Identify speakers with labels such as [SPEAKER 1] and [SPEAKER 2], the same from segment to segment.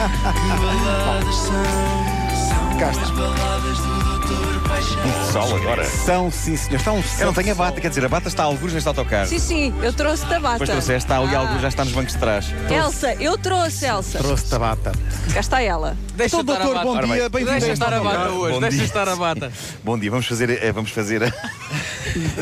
[SPEAKER 1] baladas são,
[SPEAKER 2] Cá
[SPEAKER 1] são
[SPEAKER 2] está.
[SPEAKER 1] as baladas do Doutor Paixão.
[SPEAKER 3] Sol agora.
[SPEAKER 2] São, sim, senhor. Estão,
[SPEAKER 4] Eu
[SPEAKER 2] são,
[SPEAKER 4] não tenho a bata, quer dizer, a bata está a alguns neste autocarro.
[SPEAKER 5] Sim, sim, eu trouxe tabata.
[SPEAKER 4] Depois trouxeste, está ali
[SPEAKER 5] Ah.
[SPEAKER 4] alguns, já está nos bancos de trás.
[SPEAKER 5] Elsa, eu trouxe, Elsa.
[SPEAKER 2] Trouxe tabata.
[SPEAKER 5] Cá está ela.
[SPEAKER 6] Deixa
[SPEAKER 2] Então,
[SPEAKER 6] estar a
[SPEAKER 2] doutor,
[SPEAKER 6] bata.
[SPEAKER 2] bom
[SPEAKER 4] Ora
[SPEAKER 2] dia.
[SPEAKER 4] bem.
[SPEAKER 2] Bem-vindo a
[SPEAKER 6] Deixa
[SPEAKER 2] este
[SPEAKER 6] estar a bata
[SPEAKER 2] autocarro.
[SPEAKER 6] hoje,
[SPEAKER 4] Bom
[SPEAKER 6] deixa
[SPEAKER 4] dia.
[SPEAKER 6] estar a bata.
[SPEAKER 4] Bom dia, vamos fazer. eh, Vamos fazer a,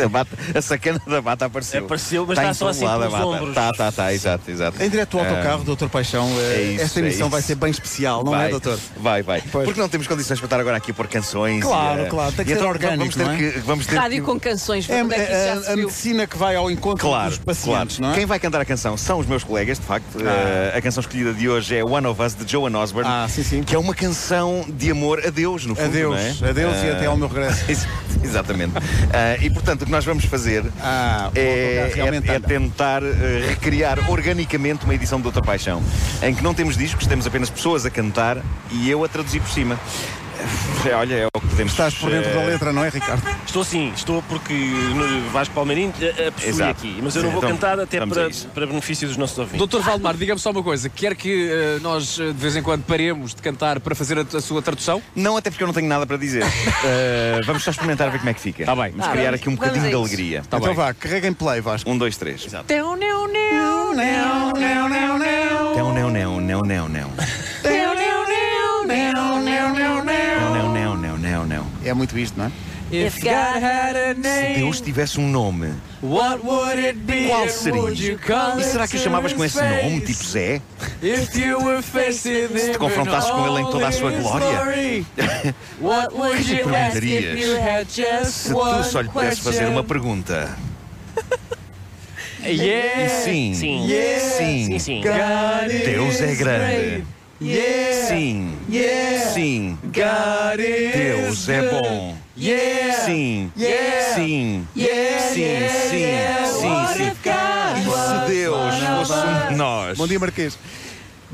[SPEAKER 4] a bata, a sacana da bata apareceu.
[SPEAKER 7] Apareceu, mas
[SPEAKER 4] Está
[SPEAKER 7] está
[SPEAKER 4] em
[SPEAKER 7] só
[SPEAKER 4] todo
[SPEAKER 7] assim
[SPEAKER 4] lado a
[SPEAKER 7] pelos
[SPEAKER 4] bata.
[SPEAKER 7] ombros.
[SPEAKER 4] Tá, tá, tá, exato, exato.
[SPEAKER 2] Em direto ao autocarro, doutor Paixão, eh,
[SPEAKER 4] isso,
[SPEAKER 2] esta
[SPEAKER 4] é
[SPEAKER 2] emissão
[SPEAKER 4] isso.
[SPEAKER 2] vai ser bem especial, não é,
[SPEAKER 4] vai,
[SPEAKER 2] doutor?
[SPEAKER 5] Então
[SPEAKER 4] Vai, vai.
[SPEAKER 2] Pois.
[SPEAKER 4] Porque não temos condições para estar agora aqui a pôr canções.
[SPEAKER 2] Claro,
[SPEAKER 4] e, eh,
[SPEAKER 2] claro, tem que
[SPEAKER 4] e
[SPEAKER 2] ser
[SPEAKER 4] então
[SPEAKER 2] orgânico,
[SPEAKER 4] Vamos ter
[SPEAKER 2] não é?
[SPEAKER 4] que. Vamos ter que-
[SPEAKER 5] Rádio com canções, vê
[SPEAKER 2] É,
[SPEAKER 5] quando é que isso já
[SPEAKER 2] a- a,
[SPEAKER 5] se
[SPEAKER 2] a
[SPEAKER 5] viu.
[SPEAKER 2] medicina que vai ao encontro
[SPEAKER 4] Claro,
[SPEAKER 2] dos pacientes,
[SPEAKER 4] claro.
[SPEAKER 2] não é?
[SPEAKER 4] Quem vai cantar a canção são os meus colegas, de facto. Eh, a canção escolhida de hoje é One of Us, de Joan Osborne.
[SPEAKER 2] Ah, sim, sim.
[SPEAKER 4] Que é uma canção de amor a Deus, no fundo,
[SPEAKER 2] Adeus,
[SPEAKER 4] não é?
[SPEAKER 2] adeus e
[SPEAKER 4] Eh,
[SPEAKER 2] até ao meu regresso.
[SPEAKER 4] Ex- Exatamente. Ah, e portanto, o que nós vamos fazer
[SPEAKER 2] Ah, o
[SPEAKER 4] é,
[SPEAKER 2] autocarro realmente
[SPEAKER 4] é- é
[SPEAKER 2] anda.
[SPEAKER 4] tentar eh, recriar organicamente uma edição de Outra Paixão, em que não temos discos, temos apenas pessoas a cantar e eu a traduzir por cima. Eh, Olha, é o que podemos
[SPEAKER 2] Estás por dentro
[SPEAKER 4] eh,
[SPEAKER 2] da letra, não é, Ricardo?
[SPEAKER 7] Estou sim, estou porque no Vasco Palmeirinho a, a possui
[SPEAKER 4] Exato.
[SPEAKER 7] aqui. Mas eu não
[SPEAKER 4] Sim,
[SPEAKER 7] vou
[SPEAKER 4] então,
[SPEAKER 7] cantar até
[SPEAKER 4] vamos a
[SPEAKER 7] para,
[SPEAKER 4] isso.
[SPEAKER 7] para benefício dos nossos ouvintes.
[SPEAKER 6] Doutor Valdemar, diga-me só uma coisa. Quer que eh, nós eh, de vez em quando paremos de cantar para fazer a, a sua tradução?
[SPEAKER 4] Não, até porque eu não tenho nada para dizer. Eh, vamos só experimentar ver como é que fica.
[SPEAKER 6] Tá bem.
[SPEAKER 4] Vamos
[SPEAKER 5] Ah,
[SPEAKER 4] criar
[SPEAKER 5] vamos-
[SPEAKER 4] aqui um
[SPEAKER 5] vamos
[SPEAKER 4] bocadinho
[SPEAKER 5] a
[SPEAKER 4] de
[SPEAKER 5] isso.
[SPEAKER 4] alegria.
[SPEAKER 6] Tá.
[SPEAKER 2] então vá, carrega em play, Vasco.
[SPEAKER 4] Um, dois, três. Exato.
[SPEAKER 5] Teu, neu, neu, neu, neu, neu, neu.
[SPEAKER 4] Não, não, não, não, não, não.
[SPEAKER 5] Teu, neu, neu, neu, neu, neu, neu.
[SPEAKER 4] Não, não, não, não, não, não.
[SPEAKER 2] É muito isto, não é?
[SPEAKER 5] If God had a
[SPEAKER 4] Se
[SPEAKER 5] name,
[SPEAKER 4] Deus tivesse um nome,
[SPEAKER 6] What would it be?
[SPEAKER 4] qual seria? E será que o chamavas com esse nome, tipo Zé?
[SPEAKER 6] If you were facing
[SPEAKER 4] Se te confrontasses com ele em toda a sua glória?
[SPEAKER 6] What would
[SPEAKER 4] Que
[SPEAKER 6] you ask if
[SPEAKER 4] perguntarias?
[SPEAKER 6] you had just
[SPEAKER 4] Se tu só lhe
[SPEAKER 6] one
[SPEAKER 4] pudesses fazer uma
[SPEAKER 6] question?
[SPEAKER 4] pergunta. E
[SPEAKER 6] Yeah,
[SPEAKER 4] sim,
[SPEAKER 7] Sim.
[SPEAKER 4] sim,
[SPEAKER 7] Sim, sim.
[SPEAKER 6] God
[SPEAKER 4] Deus é
[SPEAKER 6] is
[SPEAKER 4] grande.
[SPEAKER 6] Yeah,
[SPEAKER 4] Sim,
[SPEAKER 6] É. yeah,
[SPEAKER 4] sim,
[SPEAKER 6] God is
[SPEAKER 4] Deus é
[SPEAKER 6] good.
[SPEAKER 4] bom.
[SPEAKER 6] Yeah,
[SPEAKER 4] Sim,
[SPEAKER 6] Yeah.
[SPEAKER 4] sim,
[SPEAKER 6] yeah,
[SPEAKER 4] sim,
[SPEAKER 6] yeah,
[SPEAKER 4] sim,
[SPEAKER 6] yeah.
[SPEAKER 4] sim,
[SPEAKER 6] What
[SPEAKER 4] sim.
[SPEAKER 6] if God
[SPEAKER 4] E se
[SPEAKER 6] was
[SPEAKER 4] Deus
[SPEAKER 6] one of
[SPEAKER 4] fosse
[SPEAKER 6] us?
[SPEAKER 4] um de nós?
[SPEAKER 2] Bom dia, Marquês.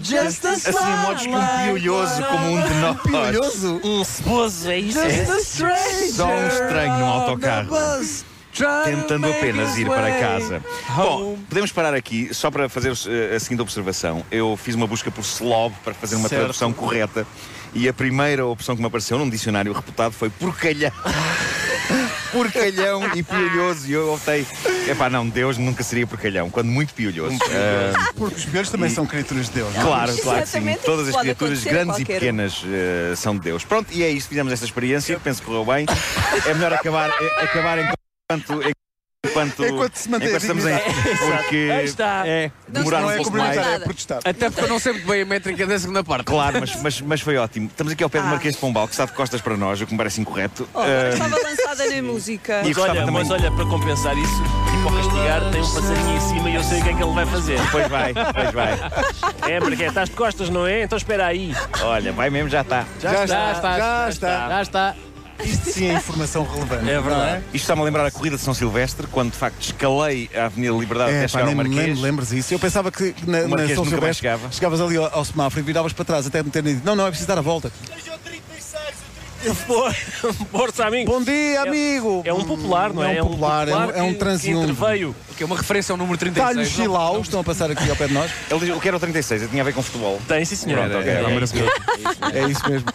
[SPEAKER 6] Just a
[SPEAKER 4] Assim, um modo esculpioso como um de nós.
[SPEAKER 2] Curioso.
[SPEAKER 7] Um ceboso, é isso?
[SPEAKER 6] Just a stranger
[SPEAKER 4] Só um estranho no
[SPEAKER 6] on
[SPEAKER 4] autocarro.
[SPEAKER 6] the bus, trying to
[SPEAKER 4] tentando
[SPEAKER 6] make
[SPEAKER 4] apenas
[SPEAKER 6] his
[SPEAKER 4] ir para
[SPEAKER 6] way.
[SPEAKER 4] casa. Bom, podemos parar aqui só para fazer eh, a seguinte observação. Eu fiz uma busca por slob para fazer uma
[SPEAKER 2] Certo.
[SPEAKER 4] tradução correta e a primeira opção que me apareceu num dicionário reputado foi porcalhão. Porcalhão e piolhoso, e eu optei. Epá, não, Deus nunca seria porcalhão, quando muito piolhoso. Ah,
[SPEAKER 2] Porque os piores também
[SPEAKER 4] E-
[SPEAKER 2] são criaturas de Deus, não é?
[SPEAKER 4] claro, claro que sim.
[SPEAKER 5] um Exatamente,
[SPEAKER 4] Todas as
[SPEAKER 5] pode
[SPEAKER 4] criaturas,
[SPEAKER 5] acontecer a
[SPEAKER 4] grandes e
[SPEAKER 5] qualquer um.
[SPEAKER 4] pequenas, ah, são de Deus. Pronto, e é isto, fizemos esta experiência, penso que correu bem. É melhor acabar, é- acabar enquanto. Enquanto,
[SPEAKER 2] Enquanto se mantém a
[SPEAKER 4] estamos em.
[SPEAKER 5] É,
[SPEAKER 4] Porque
[SPEAKER 7] Aí está.
[SPEAKER 6] É,
[SPEAKER 4] demorar
[SPEAKER 2] Não
[SPEAKER 4] um
[SPEAKER 2] é
[SPEAKER 4] pouco
[SPEAKER 2] cumprimentar,
[SPEAKER 4] mais.
[SPEAKER 2] é protestar.
[SPEAKER 6] até porque eu não sei muito bem a métrica da segunda parte.
[SPEAKER 4] Claro, mas, mas, mas foi ótimo. Estamos aqui ao pé do
[SPEAKER 5] Ah.
[SPEAKER 4] Marquês de Pombal, que está de costas para nós, o que me parece incorreto.
[SPEAKER 5] Oh, agora
[SPEAKER 4] Ah,
[SPEAKER 5] estava lançada na música.
[SPEAKER 4] E
[SPEAKER 7] Mas
[SPEAKER 4] gostava
[SPEAKER 7] olha,
[SPEAKER 4] também.
[SPEAKER 7] mas olha, para compensar isso, e para o castigar, tem um passarinho em cima e eu sei o que é que ele vai fazer.
[SPEAKER 4] Pois vai, pois vai.
[SPEAKER 7] É, porque estás de costas, não é? Então espera aí.
[SPEAKER 4] Olha, vai mesmo, já está.
[SPEAKER 2] Já está, já está.
[SPEAKER 6] Já está.
[SPEAKER 2] Isto sim é informação relevante.
[SPEAKER 7] É verdade.
[SPEAKER 4] Isto está-me a lembrar a corrida de São Silvestre, quando de facto escalei a Avenida Liberdade
[SPEAKER 2] É,
[SPEAKER 4] até
[SPEAKER 2] pá,
[SPEAKER 4] chegar ao
[SPEAKER 2] nem me
[SPEAKER 4] Marquês.
[SPEAKER 2] lembro, lembras disso. Eu pensava que na,
[SPEAKER 4] O
[SPEAKER 2] na
[SPEAKER 4] Marquês
[SPEAKER 2] São
[SPEAKER 4] nunca mais
[SPEAKER 2] Silvestre
[SPEAKER 4] chegava.
[SPEAKER 2] chegavas ali ao, ao semáforo e viravas para trás até me terem dito: não, não, é preciso dar a volta.
[SPEAKER 7] Força, amigo.
[SPEAKER 2] Bom dia, amigo!
[SPEAKER 7] É um popular, não é?
[SPEAKER 2] É um popular, é um, é um
[SPEAKER 7] que- que
[SPEAKER 2] transiunte.
[SPEAKER 7] interveio.
[SPEAKER 6] Que é uma referência ao número 36.
[SPEAKER 2] Talho
[SPEAKER 6] não?
[SPEAKER 2] Chilau, estão a passar aqui ao pé de nós.
[SPEAKER 4] Ele diz, o que era o 36, eu tinha a ver com futebol.
[SPEAKER 7] Tem, sim, senhor.
[SPEAKER 4] Pronto, ok.
[SPEAKER 7] Tem.
[SPEAKER 2] É isso mesmo.